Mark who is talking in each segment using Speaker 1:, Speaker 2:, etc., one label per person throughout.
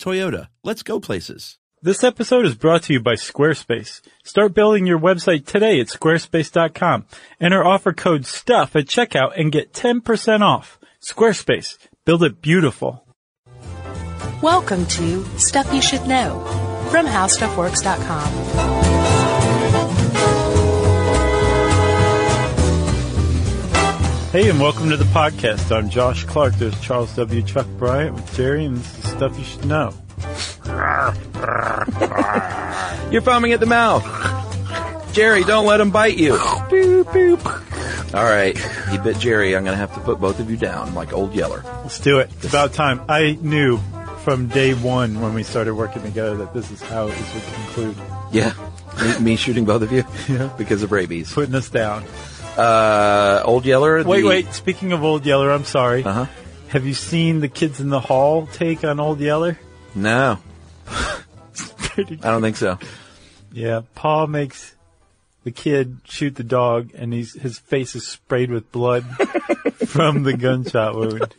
Speaker 1: Toyota, let's go places.
Speaker 2: This episode is brought to you by Squarespace. Start building your website today at squarespace.com. Enter offer code STUFF at checkout and get 10% off. Squarespace. Build it beautiful.
Speaker 3: Welcome to Stuff You Should Know from HowStuffWorks.com.
Speaker 2: Hey and welcome to the podcast. I'm Josh Clark. There's Charles W. Chuck Bryant with Jerry and this is Stuff You Should Know.
Speaker 1: You're foaming at the mouth. Jerry, don't let him bite you. Boop, boop. All right, he bit Jerry. I'm going to have to put both of you down like old Yeller.
Speaker 2: Let's do it. It's about time. I knew from day one when we started working together that this is how this would conclude.
Speaker 1: Yeah, me, me shooting both of you because of rabies.
Speaker 2: Putting us down.
Speaker 1: Uh, old Yeller.
Speaker 2: Wait,
Speaker 1: the-
Speaker 2: wait. Speaking of Old Yeller, I'm sorry.
Speaker 1: Uh-huh.
Speaker 2: Have you seen the Kids in the Hall take on Old Yeller?
Speaker 1: No,
Speaker 2: Pretty
Speaker 1: I don't think so.
Speaker 2: Yeah, Paul makes the kid shoot the dog, and he's his face is sprayed with blood from the gunshot wound.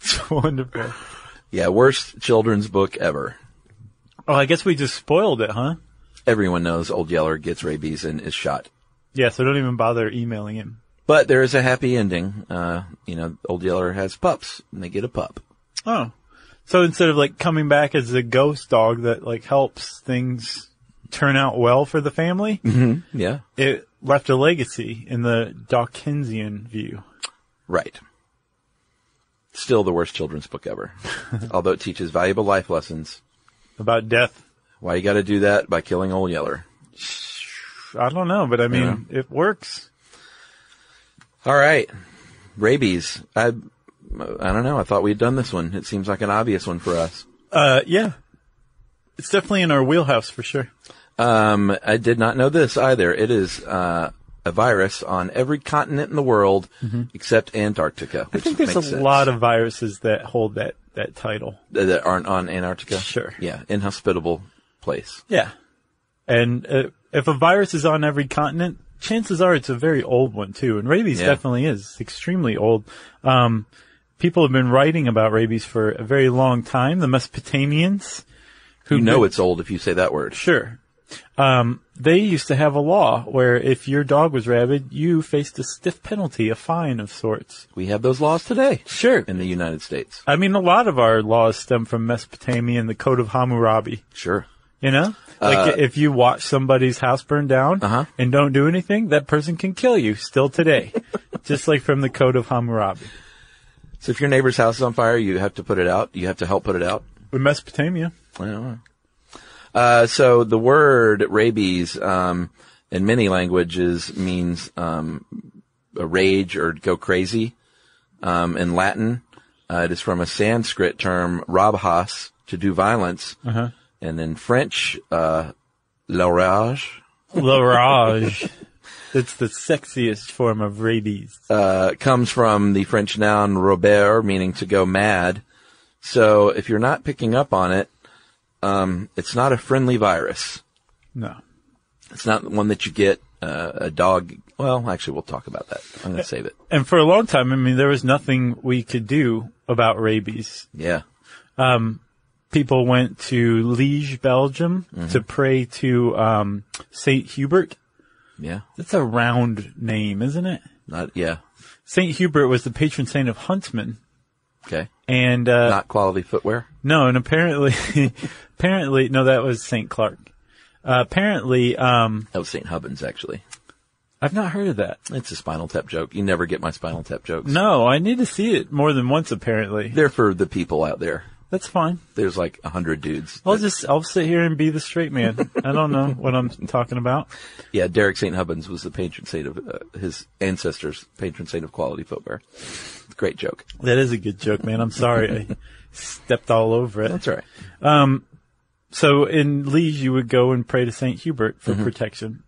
Speaker 2: It's wonderful.
Speaker 1: Yeah, worst children's book ever.
Speaker 2: Oh, I guess we just spoiled it, huh?
Speaker 1: Everyone knows Old Yeller gets rabies and is shot.
Speaker 2: Yeah, so don't even bother emailing him.
Speaker 1: But there is a happy ending. Uh, you know, Old Yeller has pups, and they get a pup.
Speaker 2: Oh, so instead of like coming back as a ghost dog that like helps things turn out well for the family,
Speaker 1: Yeah,
Speaker 2: it left a legacy in the Dawkinsian view.
Speaker 1: right. Still the worst children's book ever, although it teaches valuable life lessons.
Speaker 2: About death,
Speaker 1: Why you got to do that by killing Old Yeller?
Speaker 2: I don't know, but I mean, it works.
Speaker 1: All right, rabies. I, I don't know. I thought we'd done this one. It seems like an obvious one for us.
Speaker 2: Uh, yeah. It's definitely in our wheelhouse for sure.
Speaker 1: Um, I did not know this either. It is uh, a virus on every continent in the world except Antarctica.
Speaker 2: Mm-hmm. I
Speaker 1: Which
Speaker 2: think there's a
Speaker 1: makes sense.
Speaker 2: lot of viruses that hold that, that title.
Speaker 1: Th- that aren't on Antarctica.
Speaker 2: Sure.
Speaker 1: Yeah, inhospitable place.
Speaker 2: Yeah. And uh, if a virus is on every continent, chances are it's a very old one too. And rabies
Speaker 1: Yeah.
Speaker 2: definitely is It's extremely old. Um, people have been writing about rabies for a very long time. The Mesopotamians, who
Speaker 1: You know
Speaker 2: did-
Speaker 1: it's old if you say that word.
Speaker 2: Sure. Um, they used to have a law where if your dog was rabid, you faced a stiff penalty, a fine of sorts.
Speaker 1: We have those laws today
Speaker 2: Sure.
Speaker 1: in the United States.
Speaker 2: I mean, a lot of our laws stem from Mesopotamia and the Code of Hammurabi.
Speaker 1: Sure.
Speaker 2: You know, like if you watch somebody's house burn down
Speaker 1: Uh-huh.
Speaker 2: and don't do anything, that person can kill you still today, just like from the Code of Hammurabi.
Speaker 1: So if your neighbor's house is on fire, you have to put it out. You have to help put it out.
Speaker 2: With Mesopotamia,
Speaker 1: Yeah. Uh, so the word rabies, um, in many languages means, um, a rage or go crazy. Um, in Latin, uh, it is from a Sanskrit term, rabhas, to do violence. And in French, uh, la rage,
Speaker 2: La Rage. it's the sexiest form of rabies.
Speaker 1: uh, comes from the French noun robert, meaning to go mad. So if you're not picking up on it, um, it's not a friendly virus.
Speaker 2: No.
Speaker 1: It's not one that you get uh, a dog. Well, actually, we'll talk about that. I'm going to save it.
Speaker 2: And for a long time, I mean, there was nothing we could do about rabies.
Speaker 1: Yeah.
Speaker 2: People went to Liege, Belgium to pray to um, Saint Hubert.
Speaker 1: Yeah.
Speaker 2: That's a round name, isn't it?
Speaker 1: Not, yeah.
Speaker 2: Saint Hubert was the patron saint of huntsmen.
Speaker 1: Okay.
Speaker 2: and uh,
Speaker 1: Not quality footwear.
Speaker 2: No, and apparently, apparently, no, that was St. Clark. Uh, apparently, um,
Speaker 1: That was St. Hubbins, actually.
Speaker 2: I've not heard of that.
Speaker 1: It's a Spinal Tap joke. You never get my Spinal Tap jokes.
Speaker 2: No, I need to see it more than once, apparently.
Speaker 1: They're for the people out there.
Speaker 2: That's fine.
Speaker 1: There's like a hundred dudes.
Speaker 2: I'll
Speaker 1: that-
Speaker 2: just, I'll sit here and be the straight man. I don't know what I'm talking about.
Speaker 1: yeah, Derek St. Hubbins was the patron saint of, uh, his ancestors, patron saint of quality footwear. Great joke.
Speaker 2: That is a good joke, man. I'm sorry. I stepped all over it.
Speaker 1: That's all right.
Speaker 2: So in Liege, you would go and pray to St. Hubert for protection.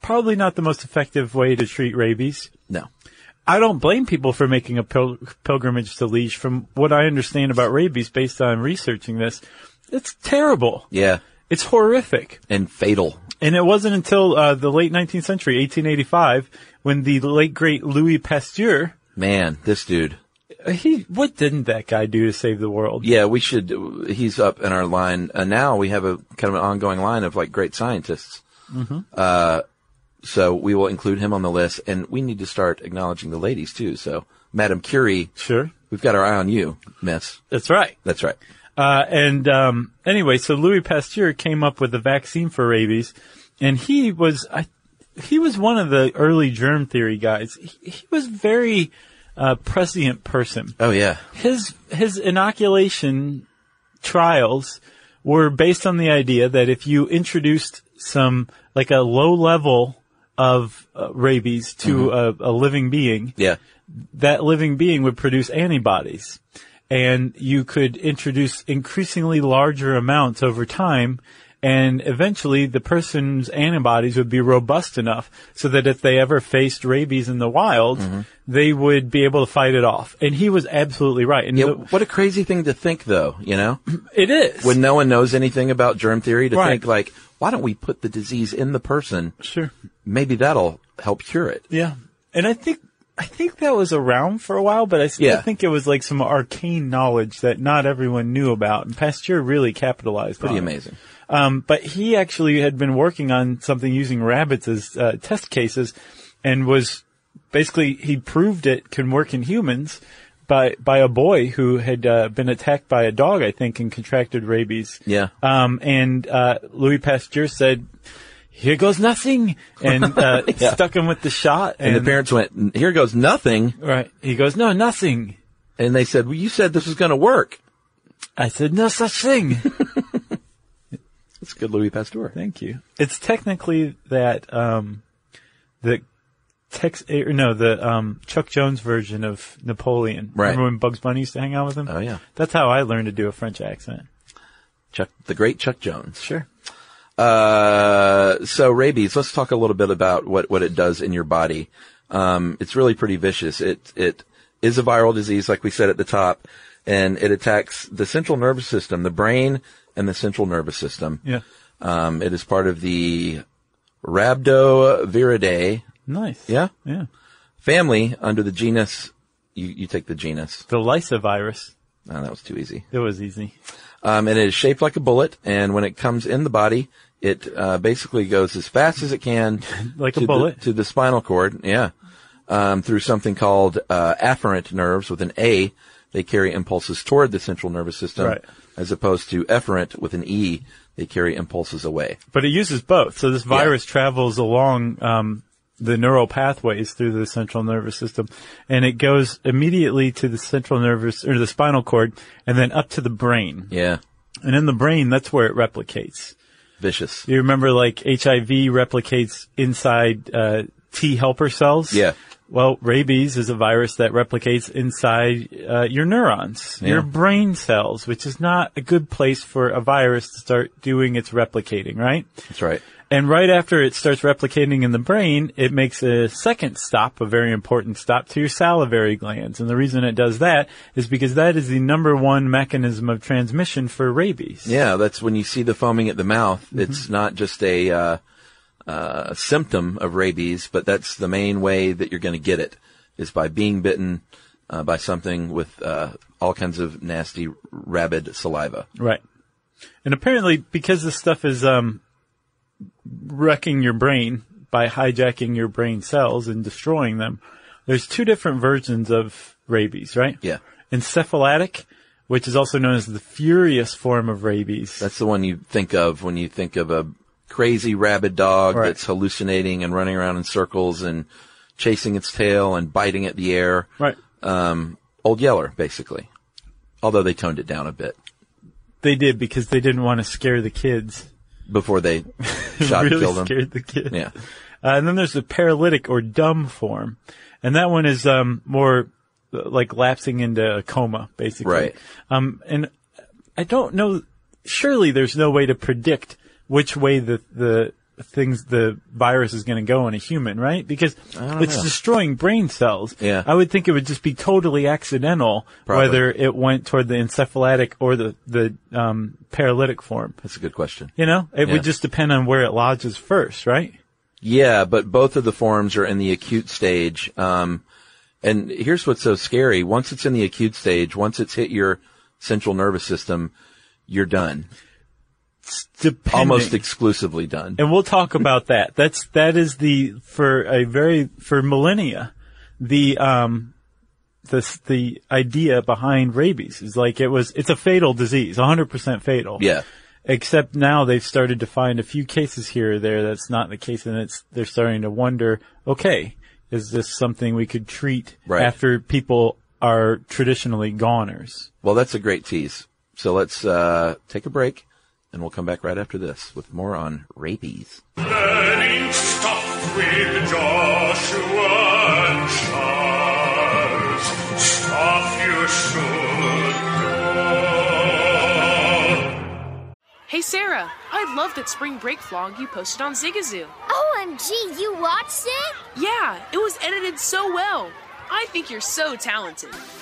Speaker 2: Probably not the most effective way to treat rabies.
Speaker 1: No.
Speaker 2: I don't blame people for making a pil- pilgrimage to Liege. From what I understand about rabies, based on researching this, it's terrible.
Speaker 1: Yeah.
Speaker 2: It's horrific.
Speaker 1: And fatal.
Speaker 2: And it wasn't until uh, the late 19th century, 1885, when the late great Louis Pasteur,
Speaker 1: Man, this dude.
Speaker 2: he what didn't that guy do to save the world?
Speaker 1: Yeah, we should. He's up in our line uh, now. We have a kind of an ongoing line of like great scientists. Mm-hmm. Uh, so we will include him on the list, and we need to start acknowledging the ladies too. So, Madame Curie,
Speaker 2: Sure,
Speaker 1: we've got our eye on you, Miss.
Speaker 2: that's right.
Speaker 1: That's right.
Speaker 2: Uh, and um, anyway, so Louis Pasteur came up with a vaccine for rabies, and he was I, he was one of the early germ theory guys. He, he was very uh, prescient person.
Speaker 1: Oh yeah,
Speaker 2: His his inoculation trials were based on the idea that if you introduced some like a low level of uh, rabies to a, a living being,
Speaker 1: yeah,
Speaker 2: that living being would produce antibodies. And you could introduce increasingly larger amounts over time. And eventually the person's antibodies would be robust enough so that if they ever faced rabies in the wild,
Speaker 1: Mm-hmm.
Speaker 2: they would be able to fight it off. And he was absolutely right. And
Speaker 1: yeah.
Speaker 2: the-
Speaker 1: What a crazy thing to think, though. You know,
Speaker 2: it is.
Speaker 1: when no one knows anything about germ theory, to
Speaker 2: Right.
Speaker 1: think like, why don't we put the disease in the person?
Speaker 2: sure.
Speaker 1: Maybe that'll help cure it.
Speaker 2: Yeah. And I think, I think that was around for a while, but I still
Speaker 1: Yeah.
Speaker 2: think it was like some arcane knowledge that not everyone knew about. And Pasteur really capitalized
Speaker 1: Pretty
Speaker 2: on it.
Speaker 1: amazing.
Speaker 2: Um, but he actually had been working on something using rabbits as uh, test cases, and was basically he proved it can work in humans by by a boy who had uh, been attacked by a dog, I think, and contracted rabies.
Speaker 1: Yeah.
Speaker 2: Um, and uh, Louis Pasteur said, "Here goes nothing," and uh,
Speaker 1: Yeah.
Speaker 2: stuck him with the shot.
Speaker 1: And, the parents went, "Here goes nothing,"
Speaker 2: right? He goes, "No, nothing."
Speaker 1: and they said, "Well, you said this was going to work."
Speaker 2: I said, "No such thing."
Speaker 1: It's good Louis Pasteur.
Speaker 2: Thank you. It's technically that um, the Tex er, no the um, Chuck Jones version of Napoleon.
Speaker 1: Right.
Speaker 2: Remember when Bugs Bunny used to hang out with him?
Speaker 1: Oh, yeah.
Speaker 2: That's how I learned to do a French accent.
Speaker 1: Chuck, the great Chuck Jones. Sure. Uh, so rabies, let's talk a little bit about what, what it does in your body. Um, it's really pretty vicious. It, it is a viral disease, like we said at the top, and it attacks the central nervous system, the brain and the central nervous system.
Speaker 2: Yeah.
Speaker 1: Um, it is part of the rhabdoviridae
Speaker 2: Nice.
Speaker 1: Yeah?
Speaker 2: Yeah.
Speaker 1: family under the genus. You, you take the genus.
Speaker 2: The Lysa virus.
Speaker 1: Oh, that was too easy.
Speaker 2: It was easy.
Speaker 1: Um, and it is shaped like a bullet. And when it comes in the body, it uh, basically goes as fast as it can,
Speaker 2: Like
Speaker 1: to
Speaker 2: a
Speaker 1: the-
Speaker 2: bullet.
Speaker 1: to the spinal cord. Yeah, um, through something called uh, afferent nerves with an A. They carry impulses toward the central nervous system,
Speaker 2: Right.
Speaker 1: as opposed to efferent with an E. They carry impulses away.
Speaker 2: But it uses both. So this virus travels along um, the neural pathways through the central nervous system, and it goes immediately to the central nervous or the spinal cord, and then up to the brain.
Speaker 1: Yeah,
Speaker 2: And in the brain, that's where it replicates.
Speaker 1: vicious.
Speaker 2: Do you remember like HIV replicates inside uh, T helper cells?
Speaker 1: Yeah.
Speaker 2: Well, rabies is a virus that replicates inside uh, your neurons,
Speaker 1: Yeah.
Speaker 2: your brain cells, which is not a good place for a virus to start doing its replicating, right?
Speaker 1: That's right.
Speaker 2: And right after it starts replicating in the brain, it makes a second stop, a very important stop to your salivary glands. And the reason it does that is because that is the number one mechanism of transmission for rabies.
Speaker 1: Yeah, that's when you see the foaming at the mouth.
Speaker 2: Mm-hmm.
Speaker 1: It's not just a uh, uh, symptom of rabies, but that's the main way that you're going to get it is by being bitten uh, by something with uh, all kinds of nasty, rabid saliva.
Speaker 2: Right. And apparently, because this stuff is um, wrecking your brain by hijacking your brain cells and destroying them, there's two different versions of rabies, right?
Speaker 1: Yeah.
Speaker 2: encephalitic, which is also known as the furious form of rabies.
Speaker 1: That's the one you think of when you think of a crazy rabid dog
Speaker 2: Right.
Speaker 1: that's hallucinating and running around in circles and chasing its tail and biting at the air.
Speaker 2: right.
Speaker 1: Um, Old Yeller, basically. Although they toned it down a bit
Speaker 2: They did because they didn't want to scare the kids.
Speaker 1: before they shot and
Speaker 2: really
Speaker 1: killed them.
Speaker 2: scared the kids.
Speaker 1: Yeah.
Speaker 2: Uh, and then there's the paralytic or dumb form. And that one is, um, more uh, like lapsing into a coma, basically.
Speaker 1: Right.
Speaker 2: Um, and I don't know, surely there's no way to predict which way the, the things, the virus is going to go in a human, right? Because it's destroying brain cells.
Speaker 1: Yeah.
Speaker 2: I would think it would just be totally accidental
Speaker 1: Probably.
Speaker 2: whether it went toward the encephalitic or the, the, um, paralytic form.
Speaker 1: That's a good question.
Speaker 2: You know, it
Speaker 1: Yeah.
Speaker 2: would just depend on where it lodges first, right?
Speaker 1: Yeah, but both of the forms are in the acute stage. Um, and here's what's so scary. Once it's in the acute stage, once it's hit your central nervous system, you're done.
Speaker 2: Depending.
Speaker 1: Almost exclusively done.
Speaker 2: and we'll talk about that. That's that is the for a very for millennia, the um, this the idea behind rabies is like it was it's a fatal disease, 100 percent fatal.
Speaker 1: Yeah.
Speaker 2: Except now they've started to find a few cases here or there that's not the case, and it's they're starting to wonder, okay, is this something we could treat
Speaker 1: Right.
Speaker 2: after people are traditionally goners?
Speaker 1: Well, that's a great tease. So let's uh, take a break, and we'll come back right after this with more on rabies.
Speaker 4: Learning stuff with Joshua and Charles. Stuff you should know.
Speaker 5: Hey Sarah, I love that spring break vlog you posted on Zigazoo.
Speaker 6: OMG, you watched it?
Speaker 5: Yeah, it was edited so well. I think you're so talented.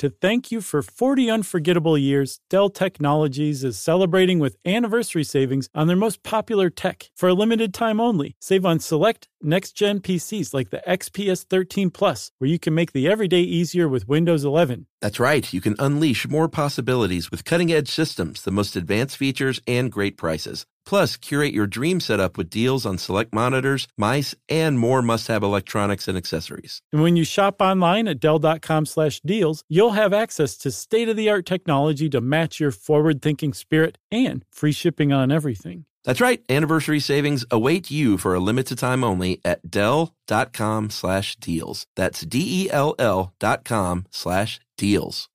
Speaker 2: To thank you for 40 unforgettable years, Dell Technologies is celebrating with anniversary savings on their most popular tech for a limited time only. Save on select next gen PCs like the XPS 13 Plus, where you can make the everyday easier with Windows 11.
Speaker 1: That's right. You can unleash more possibilities with cutting edge systems, the most advanced features, and great prices. Plus, curate your dream setup with deals on select monitors, mice, and more must have electronics and accessories.
Speaker 2: And when you shop online at Dell.com slash deals, you'll have access to state of the art technology to match your forward thinking spirit and free shipping on everything.
Speaker 1: That's right. Anniversary savings await you for a limited time only at Dell.com slash deals. That's D E L L dot com slash deals.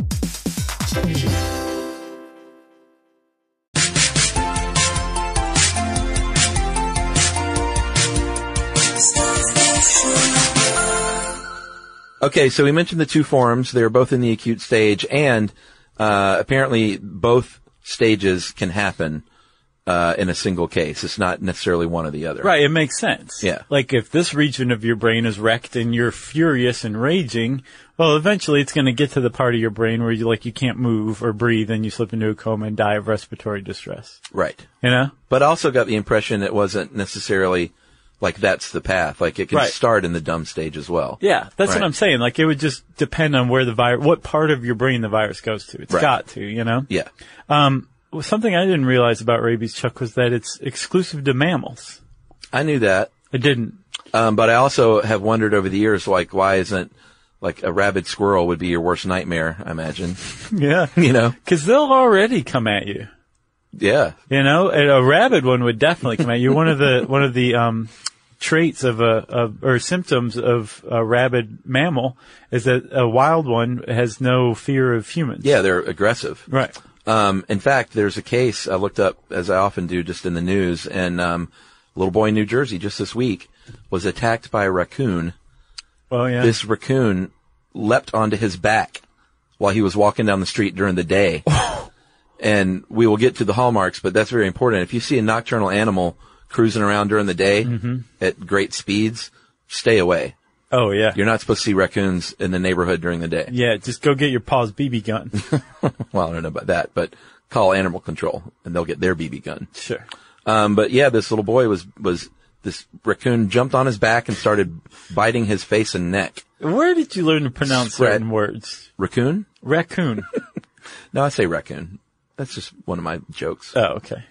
Speaker 1: Okay, so we mentioned the two forms. They're both in the acute stage, and uh, apparently both stages can happen uh, in a single case. It's not necessarily one or the other.
Speaker 2: Right, it makes sense.
Speaker 1: Yeah.
Speaker 2: Like if this region of your brain is wrecked and you're furious and raging, well, eventually it's going to get to the part of your brain where you like you can't move or breathe and you slip into a coma and die of respiratory distress.
Speaker 1: Right.
Speaker 2: You know?
Speaker 1: But I also got the impression it wasn't necessarily like that's the path. Like it can
Speaker 2: Right.
Speaker 1: start in the dumb stage as well.
Speaker 2: Yeah, that's
Speaker 1: Right.
Speaker 2: what I'm saying. Like it would just depend on where the virus, what part of your brain the virus goes to. It's
Speaker 1: Right.
Speaker 2: got to, you know?
Speaker 1: Yeah.
Speaker 2: Well, something I didn't realize about rabies, Chuck, was that it's exclusive to mammals.
Speaker 1: I knew that.
Speaker 2: I didn't.
Speaker 1: Um, but I also have wondered over the years, like, why isn't like a rabid squirrel would be your worst nightmare, I imagine.
Speaker 2: Yeah.
Speaker 1: you know?
Speaker 2: Cause they'll already come at you.
Speaker 1: Yeah.
Speaker 2: You know, and a rabid one would definitely come at you. One of the one of the um, traits of a of, or symptoms of a rabid mammal is that a wild one has no fear of humans.
Speaker 1: Yeah, they're aggressive.
Speaker 2: Right.
Speaker 1: Um, in fact, there's a case I looked up, as I often do, just in the news, and um, a little boy in New Jersey just this week was attacked by a raccoon.
Speaker 2: Well, yeah.
Speaker 1: This raccoon leapt onto his back while he was walking down the street during the day. and we will get to the hallmarks, but that's very important. If you see a nocturnal animal cruising around during the day at great speeds, stay away.
Speaker 2: oh, yeah.
Speaker 1: You're not supposed to see raccoons in the neighborhood during the day.
Speaker 2: Yeah, just go get your pa's BB gun.
Speaker 1: Well, I don't know about that, but call animal control and they'll get their BB gun.
Speaker 2: sure.
Speaker 1: Um, but yeah, this little boy was, was, this raccoon jumped on his back and started biting his face and neck.
Speaker 2: Where did you learn to pronounce
Speaker 1: Spread.
Speaker 2: certain words?
Speaker 1: Raccoon?
Speaker 2: Raccoon.
Speaker 1: No, I say raccoon. That's just one of my jokes.
Speaker 2: oh, okay.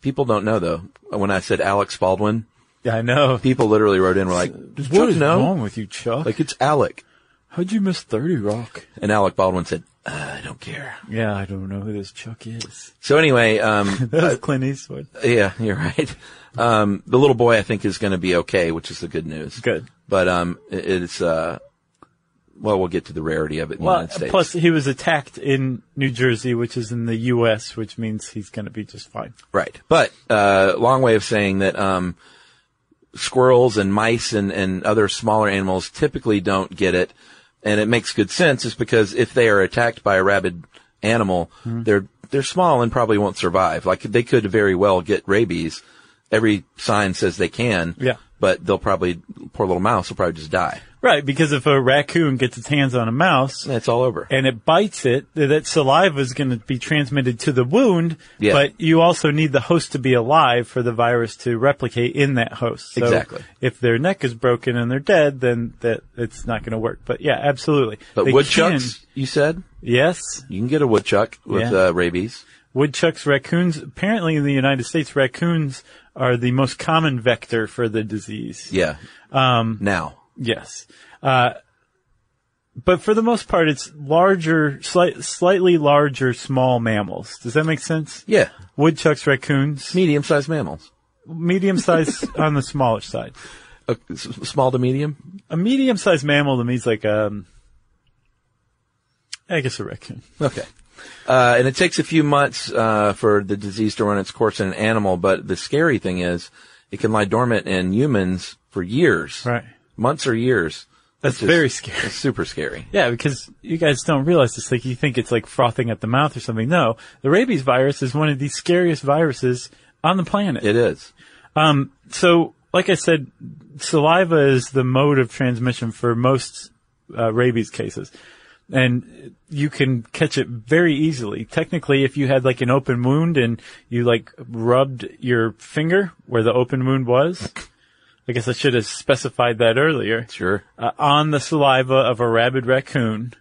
Speaker 1: People don't know though. When I said Alex Baldwin,
Speaker 2: Yeah, I know.
Speaker 1: people literally wrote in, were like, "Does
Speaker 2: What
Speaker 1: Chuck
Speaker 2: is
Speaker 1: know?"
Speaker 2: wrong with you, Chuck?
Speaker 1: Like it's Alec.
Speaker 2: how'd you miss 30 Rock?
Speaker 1: And Alec Baldwin said, uh, I don't care.
Speaker 2: Yeah, I don't know who this Chuck is.
Speaker 1: So anyway, um,
Speaker 2: That was Clint Eastwood.
Speaker 1: yeah, you're right. Um, the little boy I think is going to be okay, which is the good news.
Speaker 2: Good.
Speaker 1: But, um, it- it's, uh, well, we'll get to the rarity of it in the
Speaker 2: Well,
Speaker 1: United States.
Speaker 2: plus he was attacked in New Jersey, which is in the U.S., which means he's going to be just fine.
Speaker 1: Right. But, uh, long way of saying that, um, squirrels and mice and, and other smaller animals typically don't get it. And it makes good sense is because if they are attacked by a rabid animal,
Speaker 2: Hmm.
Speaker 1: they're, they're small and probably won't survive. Like they could very well get rabies. Every sign says they can.
Speaker 2: Yeah.
Speaker 1: But they'll probably, poor little mouse will probably just die.
Speaker 2: Right, because if a raccoon gets its hands on a mouse
Speaker 1: It's all over.
Speaker 2: and it bites it, th- that saliva is going to be transmitted to the wound,
Speaker 1: Yeah.
Speaker 2: but you also need the host to be alive for the virus to replicate in that host. So
Speaker 1: Exactly.
Speaker 2: if their neck is broken and they're dead, then that it's not going to work. But yeah, absolutely.
Speaker 1: but
Speaker 2: They
Speaker 1: woodchucks,
Speaker 2: can-
Speaker 1: you said?
Speaker 2: yes.
Speaker 1: You can get a woodchuck with,
Speaker 2: Yeah.
Speaker 1: uh, rabies.
Speaker 2: Woodchucks, raccoons, apparently in the United States, raccoons are the most common vector for the disease.
Speaker 1: Yeah. Um, now.
Speaker 2: Yes. Uh, but for the most part, it's larger, slight, slightly larger, small mammals. Does that make sense?
Speaker 1: Yeah.
Speaker 2: Woodchucks, raccoons,
Speaker 1: Medium sized mammals.
Speaker 2: medium sized on the smaller side.
Speaker 1: Uh, s- small to medium?
Speaker 2: A medium sized mammal to me is like, um, I guess a raccoon.
Speaker 1: Okay. Uh, and it takes a few months uh, for the disease to run its course in an animal, but the scary thing is it can lie dormant in humans for years.
Speaker 2: Right.
Speaker 1: Months or years.
Speaker 2: That's
Speaker 1: Which is-
Speaker 2: very scary.
Speaker 1: It's super scary.
Speaker 2: Yeah, because you guys don't realize this. Like, you think it's like frothing at the mouth or something. No, the rabies virus is one of the scariest viruses on the planet. Um,
Speaker 1: It is.
Speaker 2: so, like I said, saliva is the mode of transmission for most uh, rabies cases. And you can catch it very easily. Technically, if you had like an open wound and you like rubbed your finger where the open wound was, I guess I should have specified that earlier
Speaker 1: Sure.
Speaker 2: uh, on the saliva of a rabid raccoon,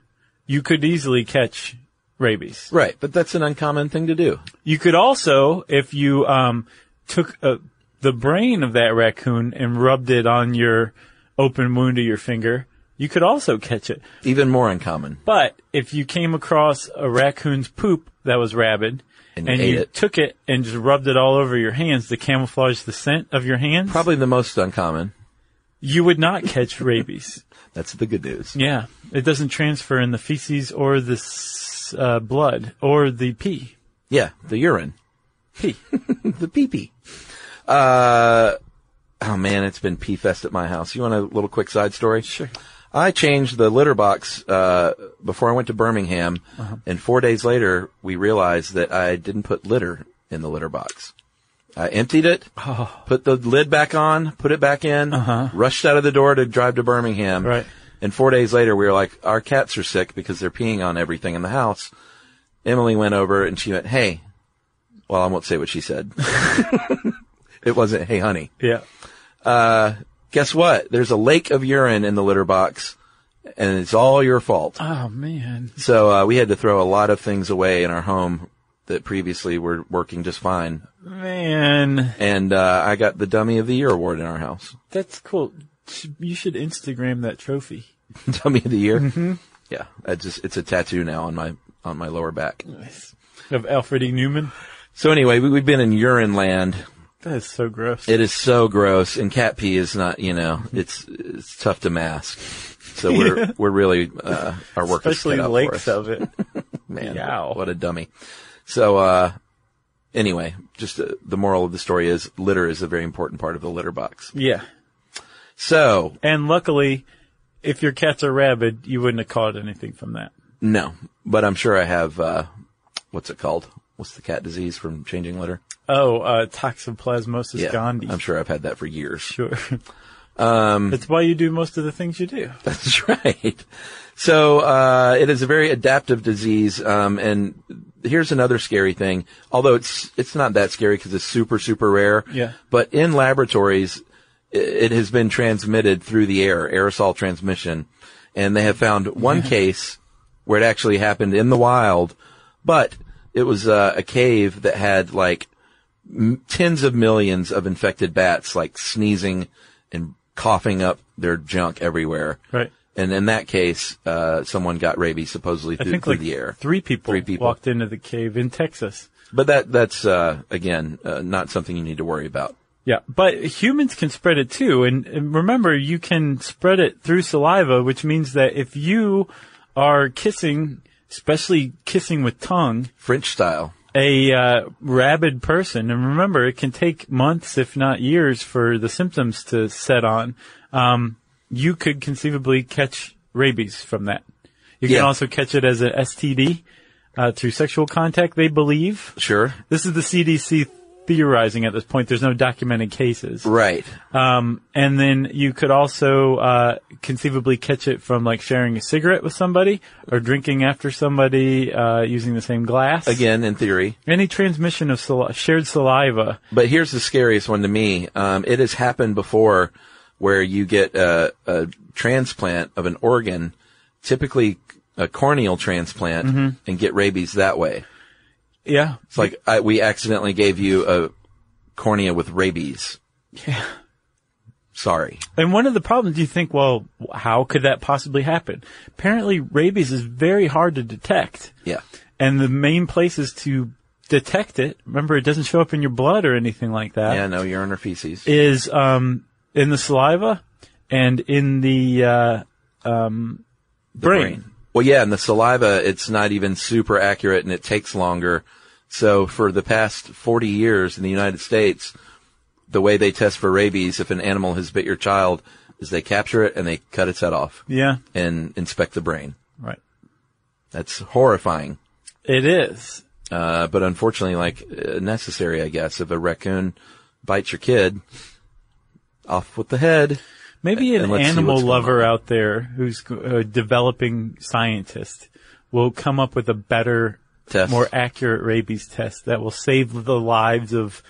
Speaker 2: you could easily catch rabies.
Speaker 1: Right. But that's an uncommon thing to do.
Speaker 2: You could also, if you um, took uh the brain of that raccoon and rubbed it on your open wound of your finger, you could also catch it.
Speaker 1: Even more uncommon.
Speaker 2: But if you came across a raccoon's poop that was rabid,
Speaker 1: And
Speaker 2: and,
Speaker 1: you ate
Speaker 2: you
Speaker 1: it.
Speaker 2: took it and just rubbed it all over your hands to camouflage the scent of your hands,
Speaker 1: Probably the most uncommon.
Speaker 2: you would not catch rabies.
Speaker 1: That's the good news.
Speaker 2: Yeah, it doesn't transfer in the feces or the s- uh, blood or the pee.
Speaker 1: Yeah. The urine.
Speaker 2: Pee.
Speaker 1: The pee pee. Uh, oh man, it's been pee fest at my house. You want a little quick side story? Sure. I changed the litter box uh, before I went to Birmingham, and four days later we realized that I didn't put litter in the litter box. I emptied it, put the lid back on, put it back in, rushed out of the door to drive to Birmingham.
Speaker 2: Right.
Speaker 1: And four days later, we were like, our cats are sick because they're peeing on everything in the house. Emily went over and she went, "Hey," well, I won't say what she said. it wasn't, "Hey, honey."
Speaker 2: Yeah.
Speaker 1: guess what? There's a lake of urine in the litter box, and it's all your fault.
Speaker 2: Oh man.
Speaker 1: So uh, we had to throw a lot of things away in our home that previously were working just fine.
Speaker 2: Man,
Speaker 1: And uh, I got the Dummy of the Year award in our house.
Speaker 2: that's cool. Sh- You should Instagram that trophy.
Speaker 1: Dummy of the Year. Mm-hmm. Yeah, I just it's a tattoo now on my on my lower back.
Speaker 2: Of Alfred E. Newman.
Speaker 1: So anyway, we, we've been in urine land.
Speaker 2: That is so gross.
Speaker 1: It is so gross, and cat pee is not. You know, it's it's tough to mask. So we're we're really uh, our work is
Speaker 2: Especially
Speaker 1: cut out for
Speaker 2: lakes
Speaker 1: us.
Speaker 2: of it.
Speaker 1: Man,
Speaker 2: Yow.
Speaker 1: what a dummy. So, uh, anyway, just uh, the moral of the story is litter is a very important part of the litter box.
Speaker 2: Yeah.
Speaker 1: So,
Speaker 2: And luckily, if your cats are rabid, you wouldn't have caught anything from that.
Speaker 1: no, but I'm sure I have, uh, what's it called? What's the cat disease from changing litter?
Speaker 2: Oh, uh, toxoplasmosis gondii.
Speaker 1: I'm sure I've had that for years.
Speaker 2: Sure. Um, That's why you do most of the things you do.
Speaker 1: That's right. So uh, it is a very adaptive disease, um, and here's another scary thing. Although it's it's not that scary because it's super super rare.
Speaker 2: Yeah.
Speaker 1: But in laboratories, i- it has been transmitted through the air, aerosol transmission, and they have found one case where it actually happened in the wild, but it was uh, a cave that had like tens of millions of infected bats like sneezing and coughing up their junk everywhere.
Speaker 2: Right.
Speaker 1: And in that case, uh, someone got rabies supposedly
Speaker 2: I
Speaker 1: through,
Speaker 2: think
Speaker 1: through
Speaker 2: like
Speaker 1: the air.
Speaker 2: three people
Speaker 1: Three people.
Speaker 2: walked into the cave in Texas.
Speaker 1: But that that's uh, again uh, not something you need to worry about.
Speaker 2: Yeah, but humans can spread it too. And, and remember, you can spread it through saliva, which means that if you are kissing, especially kissing with tongue,
Speaker 1: French style.
Speaker 2: a uh, rabid person, and remember, it can take months, if not years, for the symptoms to set on. Um, you could conceivably catch rabies from that. You can
Speaker 1: Yeah.
Speaker 2: also catch it as an STD uh, through sexual contact. They believe
Speaker 1: Sure.
Speaker 2: this is the CDC theorizing at this point. There's no documented cases.
Speaker 1: Right.
Speaker 2: Um, and then you could also uh, conceivably catch it from like sharing a cigarette with somebody or drinking after somebody uh, using the same glass.
Speaker 1: Again, in theory.
Speaker 2: Any transmission of sali- shared saliva.
Speaker 1: But here's the scariest one to me. Um, it has happened before where you get a, a transplant of an organ, typically a corneal transplant, and get rabies that way.
Speaker 2: Yeah.
Speaker 1: It's like I, we accidentally gave you a cornea with rabies.
Speaker 2: Yeah.
Speaker 1: Sorry.
Speaker 2: And one of the problems you think, well, how could that possibly happen? Apparently rabies is very hard to detect.
Speaker 1: Yeah.
Speaker 2: And the main places to detect it, remember it doesn't show up in your blood or anything like that.
Speaker 1: Yeah, no urine or feces.
Speaker 2: is um, in the saliva and in the uh, um, brain.
Speaker 1: Well, yeah, and the saliva, it's not even super accurate and it takes longer. So for the past 40 years in the United States, the way they test for rabies, if an animal has bit your child, is they capture it and they cut its head off
Speaker 2: Yeah,
Speaker 1: and inspect the brain.
Speaker 2: right.
Speaker 1: That's horrifying.
Speaker 2: It is.
Speaker 1: Uh, but unfortunately, like uh, necessary, I guess, if a raccoon bites your kid, off with the head.
Speaker 2: Maybe
Speaker 1: And
Speaker 2: an
Speaker 1: let's see
Speaker 2: animal
Speaker 1: what's going
Speaker 2: lover
Speaker 1: on.
Speaker 2: out there who's a developing scientist will come up with a better,
Speaker 1: Test.
Speaker 2: more accurate rabies test that will save the lives of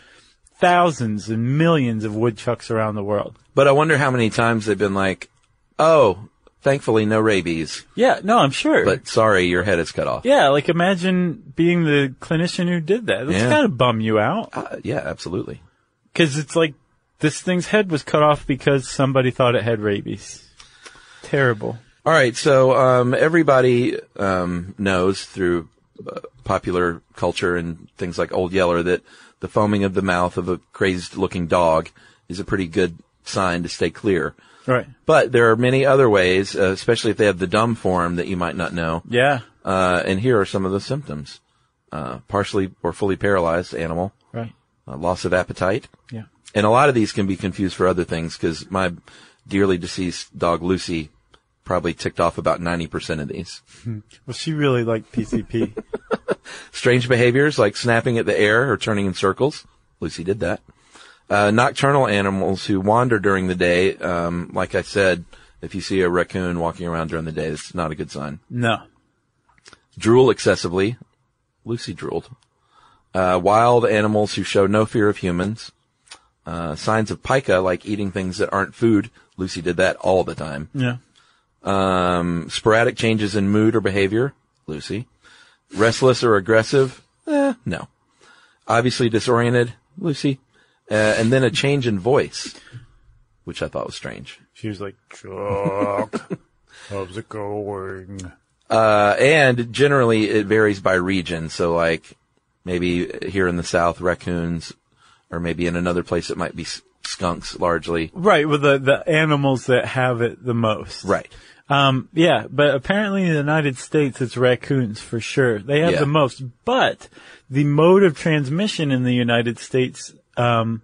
Speaker 2: thousands and millions of woodchucks around the world.
Speaker 1: But I wonder how many times they've been like, "Oh, thankfully no rabies,
Speaker 2: Yeah, no, I'm sure.
Speaker 1: but sorry, your head is cut off."
Speaker 2: yeah, like imagine being the clinician who did that. That's
Speaker 1: Yeah.
Speaker 2: gotta bum you out.
Speaker 1: Uh, yeah, absolutely.
Speaker 2: Because it's like this thing's head was cut off because somebody thought it had rabies. Terrible.
Speaker 1: All right, so um, everybody um, knows through uh, popular culture and things like Old Yeller that the foaming of the mouth of a crazed-looking dog is a pretty good sign to stay clear.
Speaker 2: Right.
Speaker 1: But there are many other ways, uh, especially if they have the dumb form that you might not know.
Speaker 2: Yeah.
Speaker 1: Uh, and here are some of the symptoms. Uh, partially or fully paralyzed animal,
Speaker 2: Right.
Speaker 1: uh, loss of appetite.
Speaker 2: Yeah.
Speaker 1: And a lot of these can be confused for other things because my dearly deceased dog Lucy probably ticked off about 90% of these.
Speaker 2: Well, she really liked PCP.
Speaker 1: Strange behaviors like snapping at the air or turning in circles. Lucy did that. Uh, nocturnal animals who wander during the day. Um, like I said, if you see a raccoon walking around during the day, it's not a good sign.
Speaker 2: no.
Speaker 1: drool excessively. Lucy drooled. Uh, wild animals who show no fear of humans. Uh, signs of pica, like eating things that aren't food. Lucy did that all the time.
Speaker 2: Yeah.
Speaker 1: Um, sporadic changes in mood or behavior. Lucy. Restless or aggressive. Eh, no. Obviously disoriented. Lucy. Uh, and then a change in voice, which I thought was strange.
Speaker 2: She was like, Chuck, how's it going?
Speaker 1: Uh, and generally it varies by region. So like maybe here in the South, raccoons, or maybe in another place it might be s- skunks largely.
Speaker 2: Right, with the, the animals that have it the most.
Speaker 1: Right.
Speaker 2: Um, yeah, but apparently in the United States, it's raccoons for sure. They have
Speaker 1: Yeah.
Speaker 2: the most, but the mode of transmission in the United States, um,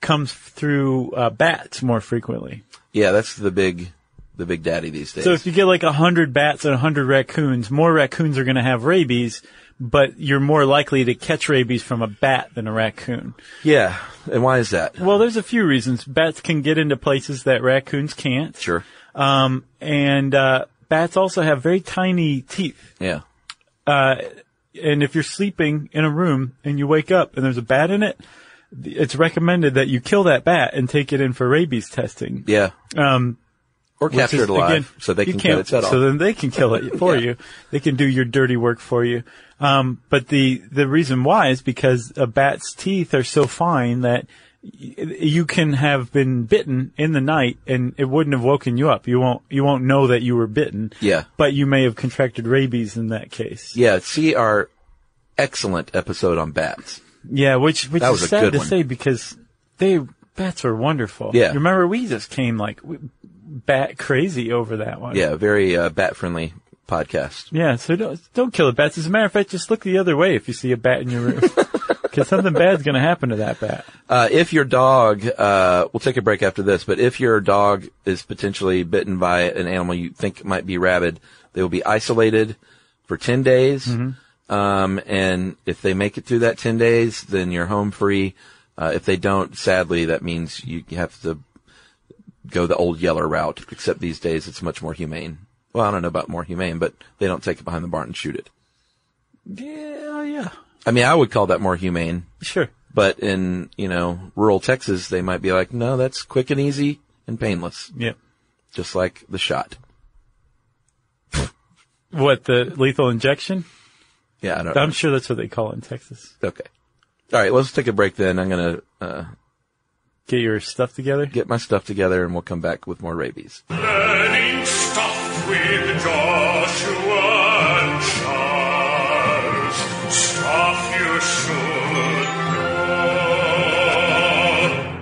Speaker 2: comes through uh, bats more frequently.
Speaker 1: Yeah, that's the big, the big daddy these days.
Speaker 2: So if you get like a hundred bats and a hundred raccoons, more raccoons are going to have rabies, but you're more likely to catch rabies from a bat than a raccoon.
Speaker 1: yeah, and why is that?
Speaker 2: Well, there's a few reasons. Bats can get into places that raccoons can't.
Speaker 1: Sure.
Speaker 2: Um, and, uh, bats also have very tiny teeth.
Speaker 1: Yeah.
Speaker 2: and if you're sleeping in a room and you wake up and there's a bat in it, th- it's recommended that you kill that bat and take it in for rabies testing.
Speaker 1: Yeah.
Speaker 2: Um,
Speaker 1: Or
Speaker 2: which
Speaker 1: capture
Speaker 2: is,
Speaker 1: it alive
Speaker 2: again,
Speaker 1: so they
Speaker 2: you
Speaker 1: can cut its head off.
Speaker 2: So then they can kill it for
Speaker 1: Yeah.
Speaker 2: you. They can do your dirty work for you. Um, but the the reason why is because a bat's teeth are so fine that y- you can have been bitten in the night and it wouldn't have woken you up. You won't you won't know that you were bitten.
Speaker 1: Yeah.
Speaker 2: But you may have contracted rabies in that case.
Speaker 1: yeah, see our excellent episode on bats.
Speaker 2: Yeah, which which
Speaker 1: That
Speaker 2: is
Speaker 1: was a
Speaker 2: sad
Speaker 1: good
Speaker 2: to
Speaker 1: one.
Speaker 2: say because they bats are wonderful.
Speaker 1: Yeah.
Speaker 2: remember we just came like w- bat crazy over that one.
Speaker 1: Yeah, very uh, bat friendly podcast.
Speaker 2: yeah. So don't don't kill the bats. As a matter of fact, just look the other way if you see a bat in your room, because something bad's gonna happen to that bat.
Speaker 1: Uh, if your dog, uh, we'll take a break after this, but if your dog is potentially bitten by an animal you think might be rabid, they will be isolated for 10 days. Um, and if they make it through that 10 days, then you're home free. Uh, if they don't, sadly, that means you have to go the old yeller route, except these days it's much more humane. Well, I don't know about more humane, but they don't take it behind the barn and shoot it.
Speaker 2: Yeah,
Speaker 1: oh,
Speaker 2: yeah,
Speaker 1: I mean, I would call that more humane.
Speaker 2: sure.
Speaker 1: But in, you know, rural Texas, they might be like, no, that's quick and easy and painless,
Speaker 2: Yeah.
Speaker 1: just like the shot.
Speaker 2: What the lethal injection?
Speaker 1: Yeah, I don't
Speaker 2: I'm
Speaker 1: know.
Speaker 2: sure that's what they call it in Texas.
Speaker 1: Okay. All right, let's take a break then. I'm going to uh,
Speaker 2: Get your stuff together.
Speaker 1: get my stuff together and we'll come back with more rabies.
Speaker 4: Learning stuff with Joshua and Charles. Stuff you should know.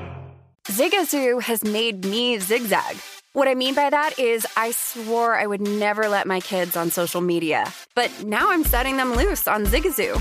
Speaker 6: Zigazoo has made me zigzag. What I mean by that is, I swore I would never let my kids on social media, but now I'm setting them loose on Zigazoo.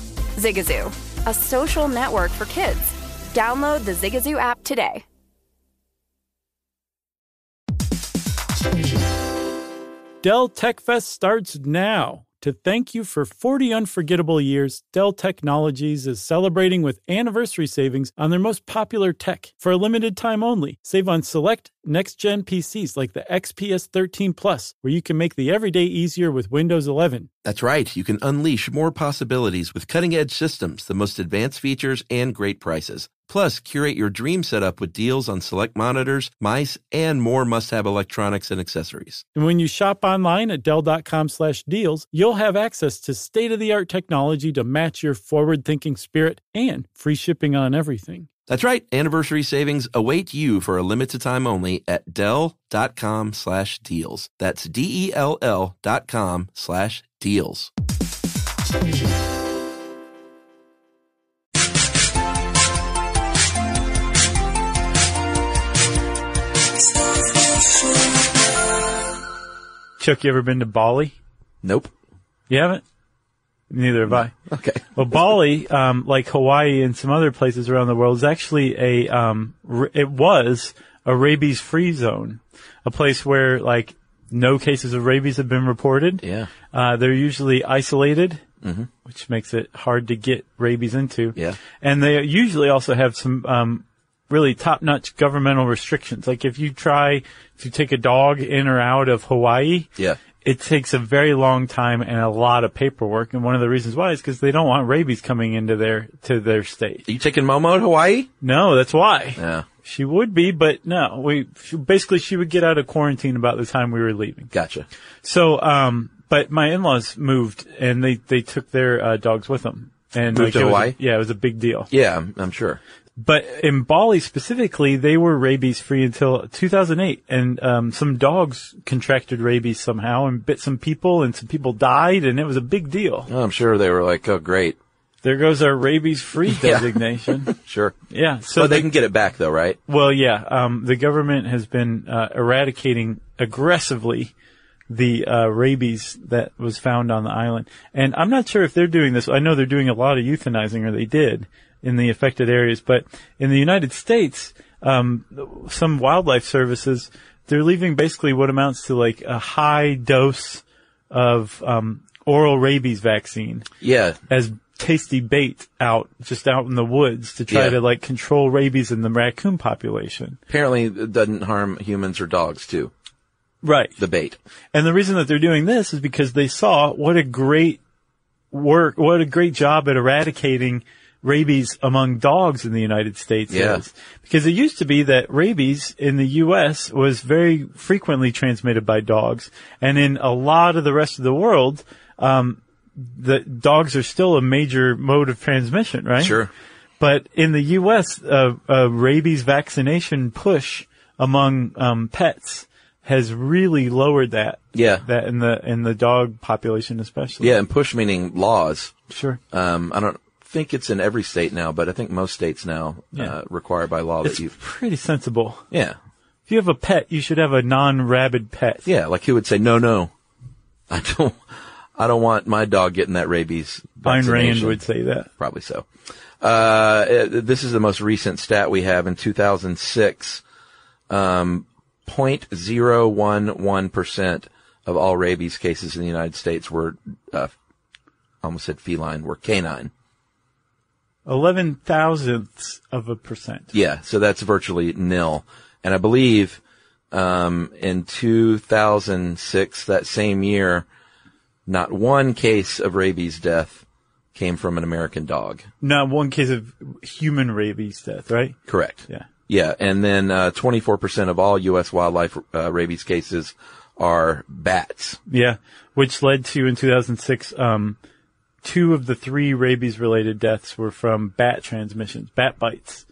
Speaker 6: Zigazoo, a social network for kids. Download the Zigazoo app today.
Speaker 2: Dell Tech Fest starts now. To thank you for 40 unforgettable years, Dell Technologies is celebrating with anniversary savings on their most popular tech for a limited time only. Save on select next gen PCs like the XPS 13 Plus, where you can make the everyday easier with Windows 11.
Speaker 1: That's right. You can unleash more possibilities with cutting edge systems, the most advanced features, and great prices. Plus, curate your dream setup with deals on select monitors, mice, and more must have electronics and accessories.
Speaker 2: And when you shop online at Dell.com slash deals, you'll have access to state of the art technology to match your forward thinking spirit and free shipping on everything.
Speaker 1: That's right. Anniversary savings await you for a limited time only at Dell.com slash deals. That's D E L L dot com slash deals.
Speaker 2: Chuck, you ever been to Bali?
Speaker 1: Nope.
Speaker 2: You haven't? Neither have I.
Speaker 1: Okay.
Speaker 2: Well, Bali, um, like Hawaii and some other places around the world, is actually a um, r- it was a rabies-free zone, a place where like no cases of rabies have been reported.
Speaker 1: Yeah. Mm-hmm.
Speaker 2: uh, they're usually isolated, which makes it hard to get rabies into.
Speaker 1: Yeah.
Speaker 2: and they usually also have some um, really top-notch governmental restrictions. Like if you try to take a dog in or out of Hawaii,
Speaker 1: Yeah.
Speaker 2: it takes a very long time and a lot of paperwork. And one of the reasons why is because they don't want rabies coming into their to their state.
Speaker 1: Are you taking Momo to Hawaii?
Speaker 2: No, that's why.
Speaker 1: Yeah.
Speaker 2: She would be, but no. We she, basically she would get out of quarantine about the time we were leaving.
Speaker 1: Gotcha.
Speaker 2: So, um, but my in-laws moved and they, they took their uh, dogs with them. And
Speaker 1: Moved
Speaker 2: like,
Speaker 1: to
Speaker 2: it was a-
Speaker 1: Hawaii?
Speaker 2: yeah, it was a big deal.
Speaker 1: Yeah, I'm, I'm sure.
Speaker 2: But in Bali specifically, they were rabies free until 2008. And, um, some dogs contracted rabies somehow and bit some people and some people died and it was a big deal.
Speaker 1: I'm sure they were like, oh, great.
Speaker 2: There goes our rabies free
Speaker 1: Yeah.
Speaker 2: designation.
Speaker 1: Sure.
Speaker 2: yeah.
Speaker 1: So
Speaker 2: So
Speaker 1: they
Speaker 2: the-
Speaker 1: can get it back though, right?
Speaker 2: Well, yeah. Um, the government has been uh, eradicating aggressively the uh, rabies that was found on the island, and I'm not sure if they're doing this. I know they're doing a lot of euthanizing, or they did in the affected areas. But in the United States, um, some wildlife services they're leaving basically what amounts to like a high dose of um, oral rabies vaccine
Speaker 1: Yeah.
Speaker 2: as tasty bait out just out in the woods to try
Speaker 1: Yeah.
Speaker 2: to like control rabies in the raccoon population.
Speaker 1: Apparently it doesn't harm humans or dogs too.
Speaker 2: Right.
Speaker 1: The bait.
Speaker 2: And the reason that they're doing this is because they saw what a great work, what a great job at eradicating rabies among dogs in the United States
Speaker 1: Yeah.
Speaker 2: is. Because it used to be that rabies in the U.S. was very frequently transmitted by dogs. And in a lot of the rest of the world, um, the dogs are still a major mode of transmission, right?
Speaker 1: Sure.
Speaker 2: But in the U.S., uh, uh, rabies vaccination push among um, pets has really lowered that.
Speaker 1: Yeah.
Speaker 2: That in the in the dog population, especially.
Speaker 1: Yeah. And push meaning laws.
Speaker 2: Sure.
Speaker 1: Um, I don't think it's in every state now, but I think most states now
Speaker 2: Yeah.
Speaker 1: uh, require by law
Speaker 2: It's
Speaker 1: that you.
Speaker 2: pretty sensible.
Speaker 1: Yeah.
Speaker 2: If you have a pet, you should have a non-rabid pet.
Speaker 1: Yeah. Like who would say no, no? I don't. I don't want my dog getting that rabies.
Speaker 2: Ayn Rand
Speaker 1: vaccination."
Speaker 2: would say that.
Speaker 1: Probably so. Uh, uh, this is the most recent stat we have in 2006. Um, 0.011% of all rabies cases in the United States were, uh, almost said feline, were canine.
Speaker 2: Eleven thousandths of a percent.
Speaker 1: Yeah. So that's virtually nil. And I believe, um, in 2006, that same year, not one case of rabies death came from an American dog.
Speaker 2: Not one case of human rabies death, right?
Speaker 1: Correct.
Speaker 2: Yeah.
Speaker 1: Yeah, and then uh, 24% of all U.S. wildlife uh, rabies cases are bats.
Speaker 2: Yeah, which led to in 2006, um, two of the three rabies-related deaths were from bat transmissions, bat bites.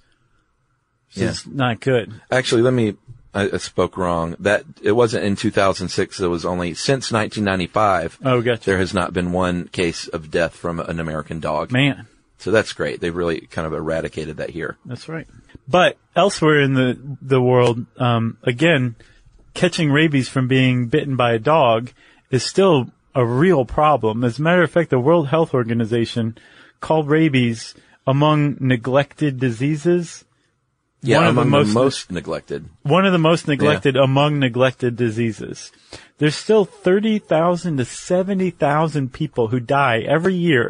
Speaker 2: Which
Speaker 1: Yeah.
Speaker 2: is not good.
Speaker 1: Actually, let me. I, I spoke wrong. That it wasn't in 2006. It was only since 1995.
Speaker 2: Oh, gotcha.
Speaker 1: There has not been one case of death from an American dog.
Speaker 2: Man,
Speaker 1: So that's great. They've really kind of eradicated that here.
Speaker 2: that's right. But elsewhere in the the world, um, again, catching rabies from being bitten by a dog is still a real problem. As a matter of fact, the World Health Organization called rabies among neglected diseases
Speaker 1: Yeah,
Speaker 2: One of the
Speaker 1: among
Speaker 2: most-
Speaker 1: neglected.
Speaker 2: one of the most neglected among neglected diseases. There's still 30,000 to 70,000 people who die every year.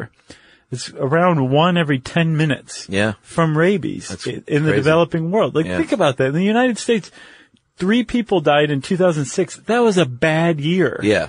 Speaker 2: It's around one every 10 minutes.
Speaker 1: Yeah.
Speaker 2: From rabies
Speaker 1: That's
Speaker 2: i- in the
Speaker 1: crazy.
Speaker 2: developing world. Like
Speaker 1: Yeah.
Speaker 2: think about that. In the United States, three people died in 2006. That was a bad year.
Speaker 1: Yeah.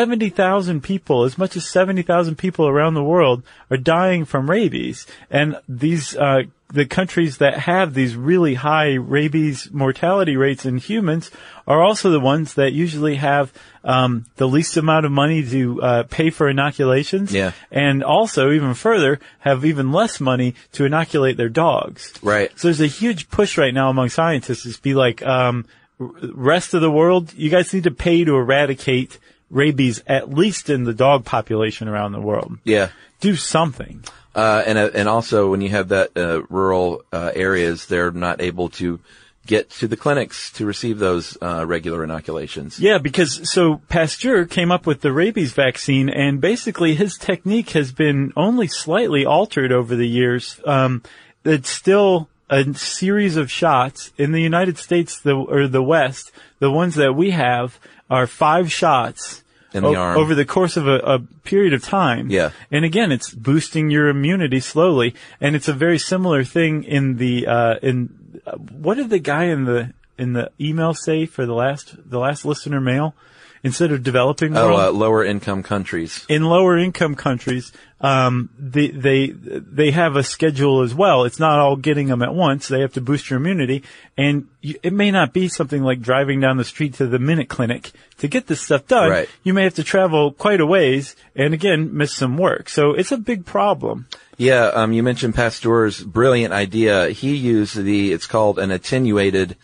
Speaker 2: 70,000 people, as much as 70,000 people around the world are dying from rabies. And these, uh, the countries that have these really high rabies mortality rates in humans are also the ones that usually have, um, the least amount of money to, uh, pay for inoculations.
Speaker 1: Yeah.
Speaker 2: And also, even further, have even less money to inoculate their dogs.
Speaker 1: Right.
Speaker 2: So there's a huge push right now among scientists to be like, um, r- rest of the world, you guys need to pay to eradicate rabies, at least in the dog population around the world.
Speaker 1: Yeah.
Speaker 2: Do something.
Speaker 1: Uh, and uh, and also when you have that uh, rural uh, areas, they're not able to get to the clinics to receive those uh, regular inoculations.
Speaker 2: Yeah, because so Pasteur came up with the rabies vaccine, and basically his technique has been only slightly altered over the years. Um, it's still a series of shots in the United States, the or the West. The ones that we have are five shots
Speaker 1: In the
Speaker 2: o-
Speaker 1: arm.
Speaker 2: over the course of a, a period of time.
Speaker 1: Yeah.
Speaker 2: And again, it's boosting your immunity slowly, and it's a very similar thing in the uh, in uh, what did the guy in the in the email say for the last the last listener mail? Instead of developing world,
Speaker 1: Oh, uh, lower income countries.
Speaker 2: in lower income countries, um, they, they they have a schedule as well. It's not all getting them at once. They have to boost your immunity, and you, it may not be something like driving down the street to the minute clinic to get this stuff done.
Speaker 1: Right.
Speaker 2: You may have to travel quite a ways, and again miss some work. So it's a big problem.
Speaker 1: Yeah, um, you mentioned Pasteur's brilliant idea. He used the, it's called an attenuated,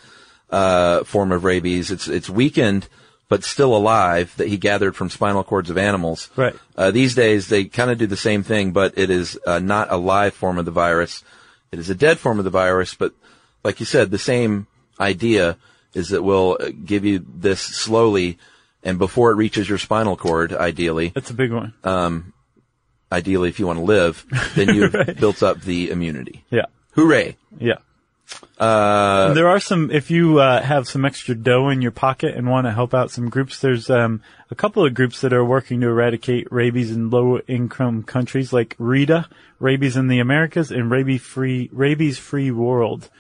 Speaker 1: uh, form of rabies. It's, it's weakened, but still alive that he gathered from spinal cords of animals.
Speaker 2: Right.
Speaker 1: Uh, these days they kind of do the same thing, but it is uh, not a live form of the virus. It is a dead form of the virus, but like you said, the same idea is that we'll uh, give you this slowly and before it reaches your spinal cord, ideally,
Speaker 2: That's a big one.
Speaker 1: ideally if you want to live, then you've built up the immunity.
Speaker 2: yeah,
Speaker 1: Hooray.
Speaker 2: yeah. Uh, there are some. If you uh, have some extra dough in your pocket and want to help out some groups, there's um, a couple of groups that are working to eradicate rabies in low-income countries, like RITA, Rabies in the Americas, and Rabies Free Rabies Free World,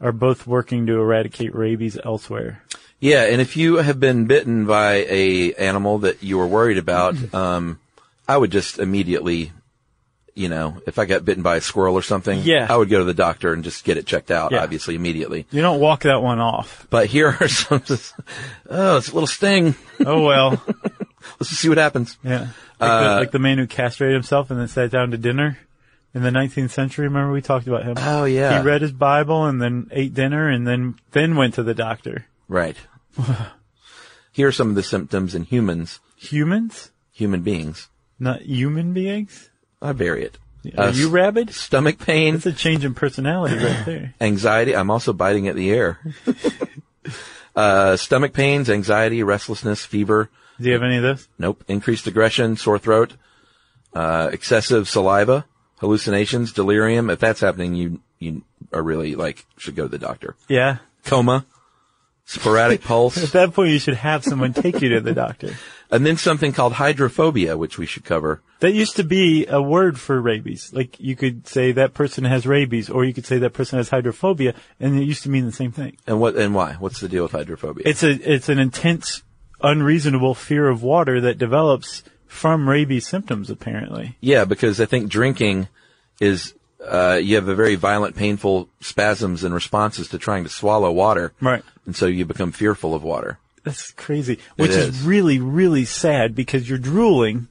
Speaker 2: are both working to eradicate rabies elsewhere.
Speaker 1: Yeah, and if you have been bitten by a animal that you were worried about, um, I would just immediately, you know, if I got bitten by a squirrel or something,
Speaker 2: Yeah.
Speaker 1: I would go to the doctor and just get it checked out,
Speaker 2: Yeah.
Speaker 1: obviously immediately.
Speaker 2: You don't walk that one off.
Speaker 1: But here are some, oh, it's a little sting.
Speaker 2: Oh well,
Speaker 1: Let's just see what happens.
Speaker 2: yeah. Like, the,
Speaker 1: Uh,
Speaker 2: like the man who castrated himself and then sat down to dinner in the 19th century. Remember we talked about him?
Speaker 1: Oh yeah,
Speaker 2: He read his Bible and then ate dinner and then then went to the doctor.
Speaker 1: right. here are some of the symptoms in humans,
Speaker 2: Humans,
Speaker 1: human beings.
Speaker 2: not human beings.
Speaker 1: I bury it.
Speaker 2: Are
Speaker 1: Uh,
Speaker 2: you rabid?
Speaker 1: Stomach pain,
Speaker 2: That's a change in personality right there.
Speaker 1: anxiety. I'm also biting at the air. uh, stomach pains, anxiety, restlessness, fever.
Speaker 2: Do you have any of those?
Speaker 1: Nope. Increased aggression, sore throat, uh, excessive saliva, hallucinations, delirium. If that's happening, you, you are really like, should go to the doctor.
Speaker 2: Yeah.
Speaker 1: Coma, sporadic
Speaker 2: At
Speaker 1: pulse,
Speaker 2: that point, you should have someone take you to the doctor.
Speaker 1: and then something called hydrophobia, which we should cover.
Speaker 2: That used to be a word for rabies. Like you could say that person has rabies, or you could say that person has hydrophobia, and it used to mean the same thing.
Speaker 1: And what, and why? What's the deal with hydrophobia?
Speaker 2: It's a it's an intense, unreasonable fear of water that develops from rabies symptoms. Apparently,
Speaker 1: Yeah, because I think drinking is uh, you have a very violent, painful spasms and responses to trying to swallow water,
Speaker 2: Right.
Speaker 1: And so you become fearful of water.
Speaker 2: That's crazy. Which is.
Speaker 1: is.
Speaker 2: really, really sad because you're drooling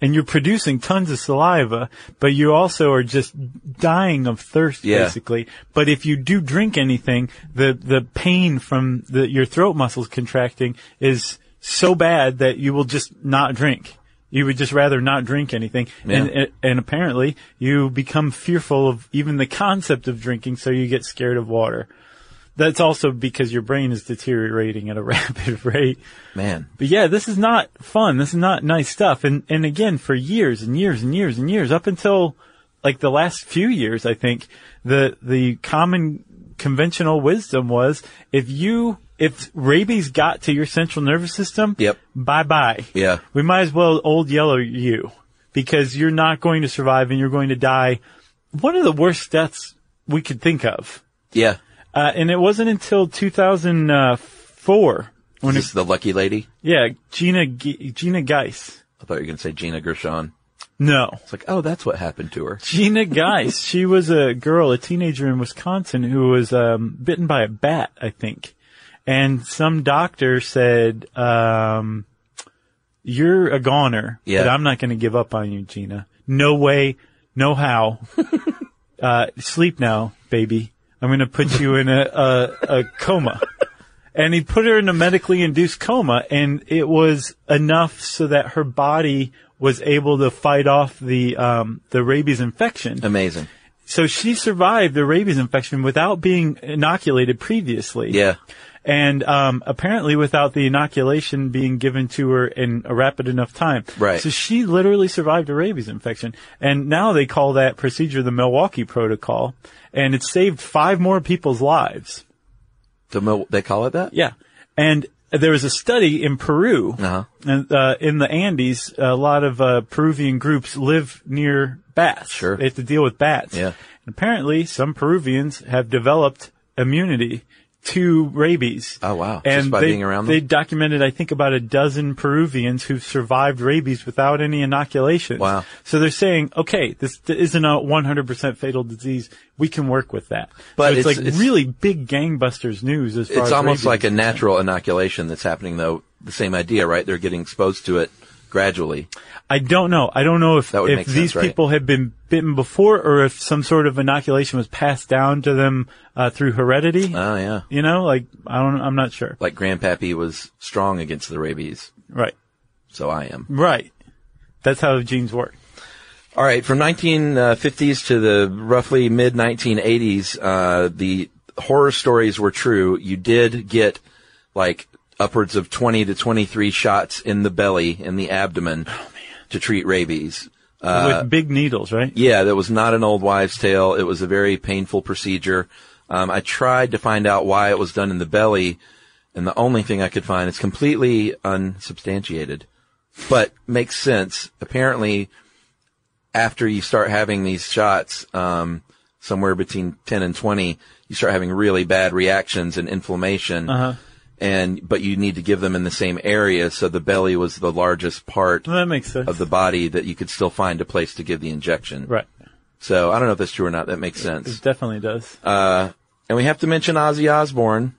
Speaker 2: and you're producing tons of saliva, but you also are just dying of thirst
Speaker 1: Yeah.
Speaker 2: basically. But if you do drink anything, the, the pain from the, your throat muscles contracting is so bad that you will just not drink. You would just rather not drink anything.
Speaker 1: Yeah.
Speaker 2: And, and apparently you become fearful of even the concept of drinking, so you get scared of water. That's also because your brain is deteriorating at a rapid rate.
Speaker 1: Man,
Speaker 2: But yeah, this is not fun. This is not nice stuff. And and again, for years and years and years and years, up until like the last few years, I think the the common conventional wisdom was if you if rabies got to your central nervous system,
Speaker 1: Yep.
Speaker 2: bye bye.
Speaker 1: Yeah.
Speaker 2: we might as well old yellow you because you're not going to survive and you're going to die. One of the worst deaths we could think of.
Speaker 1: yeah,
Speaker 2: Uh, and it wasn't until uh, 2004
Speaker 1: is
Speaker 2: when it
Speaker 1: this the lucky lady?
Speaker 2: yeah, Gina Ge- Gina Geis.
Speaker 1: I thought you were going to say Gina Gershon.
Speaker 2: No,
Speaker 1: It's like, oh, that's what happened to her.
Speaker 2: Gina Geis. she was a girl, a teenager in Wisconsin who was um, bitten by a bat, I think. And some doctor said, um, "You're a goner,
Speaker 1: Yeah.
Speaker 2: but I'm not going to give up on you, Gina. No way, no how. uh, sleep now, baby. I'm going to put you in a, a, a coma." and he put her in a medically induced coma and it was enough so that her body was able to fight off the um, the rabies infection.
Speaker 1: Amazing.
Speaker 2: So she survived the rabies infection without being inoculated previously.
Speaker 1: Yeah,
Speaker 2: And um, apparently without the inoculation being given to her in a rapid enough time.
Speaker 1: Right.
Speaker 2: So she literally survived a rabies infection. And now they call that procedure the Milwaukee Protocol. And it saved five more people's lives.
Speaker 1: the Mil- they call it that.
Speaker 2: Yeah. And there was a study in Peru,
Speaker 1: Uh-huh.
Speaker 2: and, uh, in the Andes, a lot of uh, Peruvian groups live near bats.
Speaker 1: Sure.
Speaker 2: They have to deal with bats.
Speaker 1: Yeah.
Speaker 2: And apparently, some Peruvians have developed immunity to rabies.
Speaker 1: Oh, wow. Just
Speaker 2: And
Speaker 1: by
Speaker 2: they,
Speaker 1: being around them?
Speaker 2: they documented, I think, about a dozen Peruvians who've survived rabies without any inoculations.
Speaker 1: Wow.
Speaker 2: So they're saying, okay, this d- isn't a 100% fatal disease. We can work with that.
Speaker 1: But
Speaker 2: So it's,
Speaker 1: it's-
Speaker 2: like
Speaker 1: it's-
Speaker 2: really big gangbusters news as far as
Speaker 1: It's almost
Speaker 2: rabies
Speaker 1: like a
Speaker 2: is concerned.
Speaker 1: natural inoculation that's happening though. The same idea, right? They're getting exposed to it gradually.
Speaker 2: I don't know. I don't know if
Speaker 1: That would
Speaker 2: if
Speaker 1: make sense,
Speaker 2: these
Speaker 1: right?
Speaker 2: people had been bitten before, or if some sort of inoculation was passed down to them uh, through heredity.
Speaker 1: Oh yeah.
Speaker 2: you know, like I don't. I'm not sure.
Speaker 1: Like grandpappy was strong against the rabies.
Speaker 2: Right.
Speaker 1: So I am.
Speaker 2: Right. That's how genes work.
Speaker 1: All right. From 1950s to the roughly mid 1980s, uh, the horror stories were true. You did get like upwards of 20 to 23 shots in the belly, in the abdomen to treat rabies. Uh,
Speaker 2: With big needles, right?
Speaker 1: Yeah, that was not an old wives' tale. It was a very painful procedure. Um, I tried to find out why it was done in the belly, and the only thing I could find is completely unsubstantiated, but makes sense. Apparently, after you start having these shots, um, somewhere between 10 and 20, you start having really bad reactions and inflammation. And, but you need to give them in the same area. So the belly was the largest part
Speaker 2: Well, that makes sense.
Speaker 1: of the body that you could still find a place to give the injection.
Speaker 2: right.
Speaker 1: So I don't know if that's true or not. That makes
Speaker 2: It
Speaker 1: sense.
Speaker 2: definitely does.
Speaker 1: Uh, And we have to mention Ozzy Osbourne.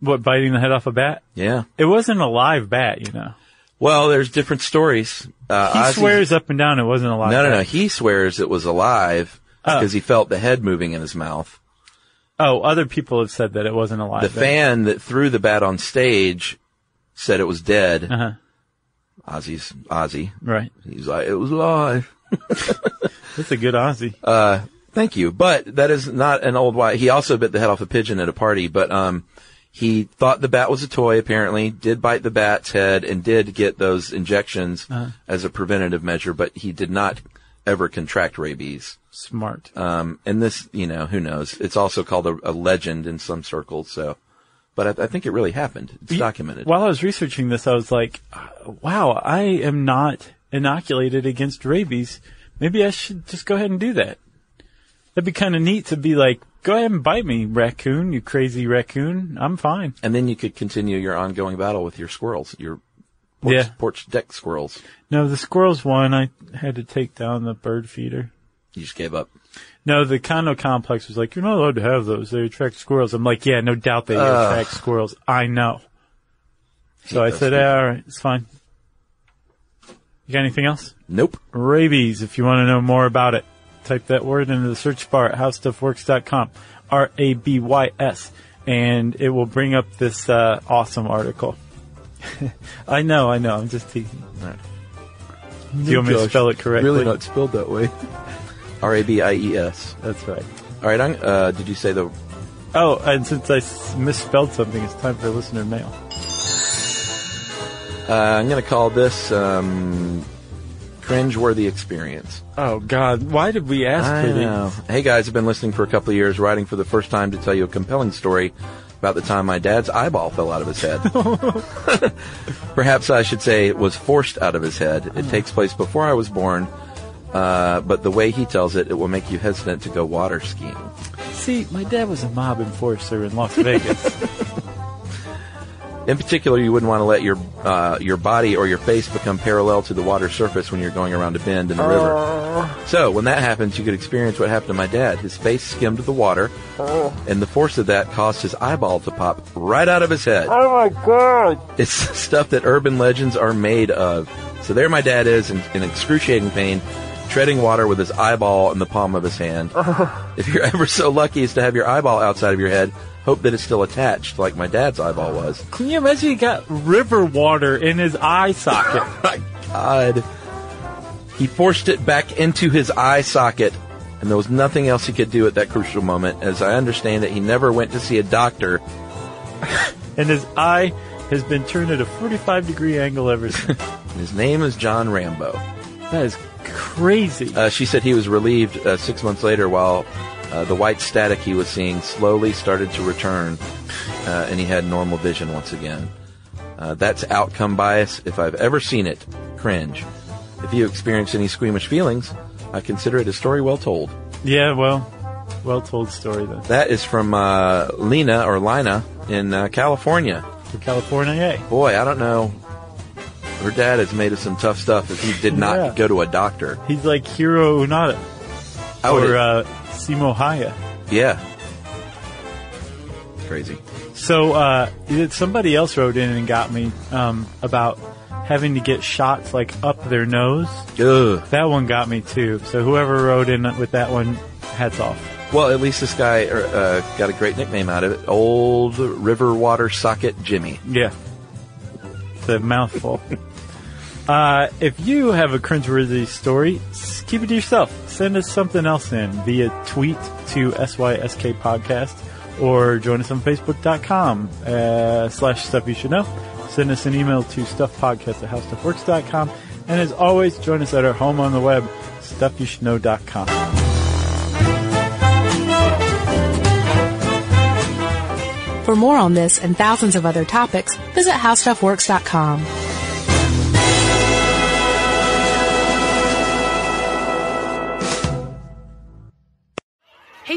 Speaker 2: what biting the head off a bat?
Speaker 1: Yeah.
Speaker 2: It wasn't a live bat, you know.
Speaker 1: Well, there's different stories. Uh,
Speaker 2: He
Speaker 1: Ozzy-
Speaker 2: swears up and down it wasn't a Oh. live.
Speaker 1: No, no, no.
Speaker 2: bat.
Speaker 1: He swears it was alive because he felt the head moving in his mouth.
Speaker 2: Oh, other people have said that it wasn't a live.
Speaker 1: The
Speaker 2: bat.
Speaker 1: fan that threw the bat on stage said it was dead.
Speaker 2: Uh-huh.
Speaker 1: Ozzy's Ozzy.
Speaker 2: Right.
Speaker 1: He's like, it was alive.
Speaker 2: That's a good Aussie.
Speaker 1: Uh, Thank you. But that is not an old why. He also bit the head off a pigeon at a party, but, um, he thought the bat was a toy, apparently, did bite the bat's head and did get those injections as a preventative measure, but he did not ever contract rabies.
Speaker 2: Smart.
Speaker 1: Um, and this, you know, who knows? It's also called a, a legend in some circles, so, but I, I think it really happened. It's documented.
Speaker 2: While I was researching this, I was like, wow, I am not inoculated against rabies. Maybe I should just go ahead and do that. That'd be kind of neat to be like, go ahead and bite me, raccoon, you crazy raccoon. I'm fine.
Speaker 1: And then you could continue your ongoing battle with your squirrels, your porch,
Speaker 2: Yeah.
Speaker 1: porch deck squirrels.
Speaker 2: No, the squirrels won. I had to take down the bird feeder.
Speaker 1: You just gave up.
Speaker 2: No, the condo complex was like, you're not allowed to have those. They attract squirrels. I'm like, yeah, no doubt they attract squirrels. I know. So I
Speaker 1: those
Speaker 2: said,
Speaker 1: people.
Speaker 2: all right, it's fine. You got anything else?
Speaker 1: Nope.
Speaker 2: rabies if you want to know more about it. Type that word into the search bar at howstuffworks.com, R A B Y S, and it will bring up this uh, awesome article. I know, I know, I'm just teasing. Do you want me to spell it correctly?
Speaker 1: spelled that way. R A B I E S.
Speaker 2: That's right.
Speaker 1: All right. I'm, uh, did you say the?
Speaker 2: Oh, and since I s- misspelled something, it's time for listener mail.
Speaker 1: Uh, I'm going to call this um, cringeworthy experience.
Speaker 2: Oh, God, why did we ask
Speaker 1: I
Speaker 2: for these?
Speaker 1: know. Hey guys, I've been listening for a couple of years, writing for the first time to tell you a compelling story about the time my dad's eyeball fell out of his head. Perhaps I should say it was forced out of his head.
Speaker 2: Hmm.
Speaker 1: It takes place before I was born, uh, but the way he tells it, it will make you hesitant to go water skiing.
Speaker 2: See, my dad was a mob enforcer in Las Vegas.
Speaker 1: In particular, you wouldn't want to let your uh, your body or your face become parallel to the water surface when you're going around a bend in the river. So when that happens, you could experience what happened to my dad. His face skimmed the water, and the force of that caused his eyeball to pop right out of his head. Oh my god! It's stuff that urban legends are made of. So there, my dad is in, in excruciating pain, treading water with his eyeball in the palm of his hand. If you're ever so lucky as to have your eyeball outside of your head, hope that it's still attached, like my dad's eyeball was.
Speaker 2: Can you imagine he got river water in his eye socket?
Speaker 1: my god. He forced it back into his eye socket, and there was nothing else he could do at that crucial moment, as I understand that he never went to see a doctor.
Speaker 2: and his eye has been turned at a 45 degree angle ever since.
Speaker 1: His name is John Rambo.
Speaker 2: that is crazy.
Speaker 1: Uh, she said he was relieved uh, six months later while uh, the white static he was seeing slowly started to return, uh, and he had normal vision once again. Uh, that's outcome bias if I've ever seen it. Cringe. If you experience any squeamish feelings, I consider it a story well told.
Speaker 2: yeah, well, Well told story, though.
Speaker 1: That is from uh, Lena or Lina in uh, California.
Speaker 2: For California, hey.
Speaker 1: Boy, I don't know. Her dad has made us some tough stuff if he did not
Speaker 2: Yeah.
Speaker 1: go to a doctor.
Speaker 2: He's like Hiro Unada
Speaker 1: I would-
Speaker 2: or uh, Simo Haya.
Speaker 1: yeah. It's crazy.
Speaker 2: So uh, it- somebody else wrote in and got me um, about having to get shots like up their nose.
Speaker 1: Ugh.
Speaker 2: That one got me too. So whoever wrote in with that one, hats off.
Speaker 1: Well, at least this guy er, uh, got a great nickname out of it. Old River Water Socket Jimmy.
Speaker 2: Yeah. It's a mouthful. uh, if you have a cringeworthy story, s- keep it to yourself. Send us something else in via tweet to SYSK Podcast or join us on Facebook.com uh, slash Stuff You Should Know. Send us an email to stuffpodcast at howstuffworks.com. And as always, join us at our home on the web, stuffyoushouldknow.com.
Speaker 3: For more on this and thousands of other topics, visit howstuffworks.com.
Speaker 5: Hey,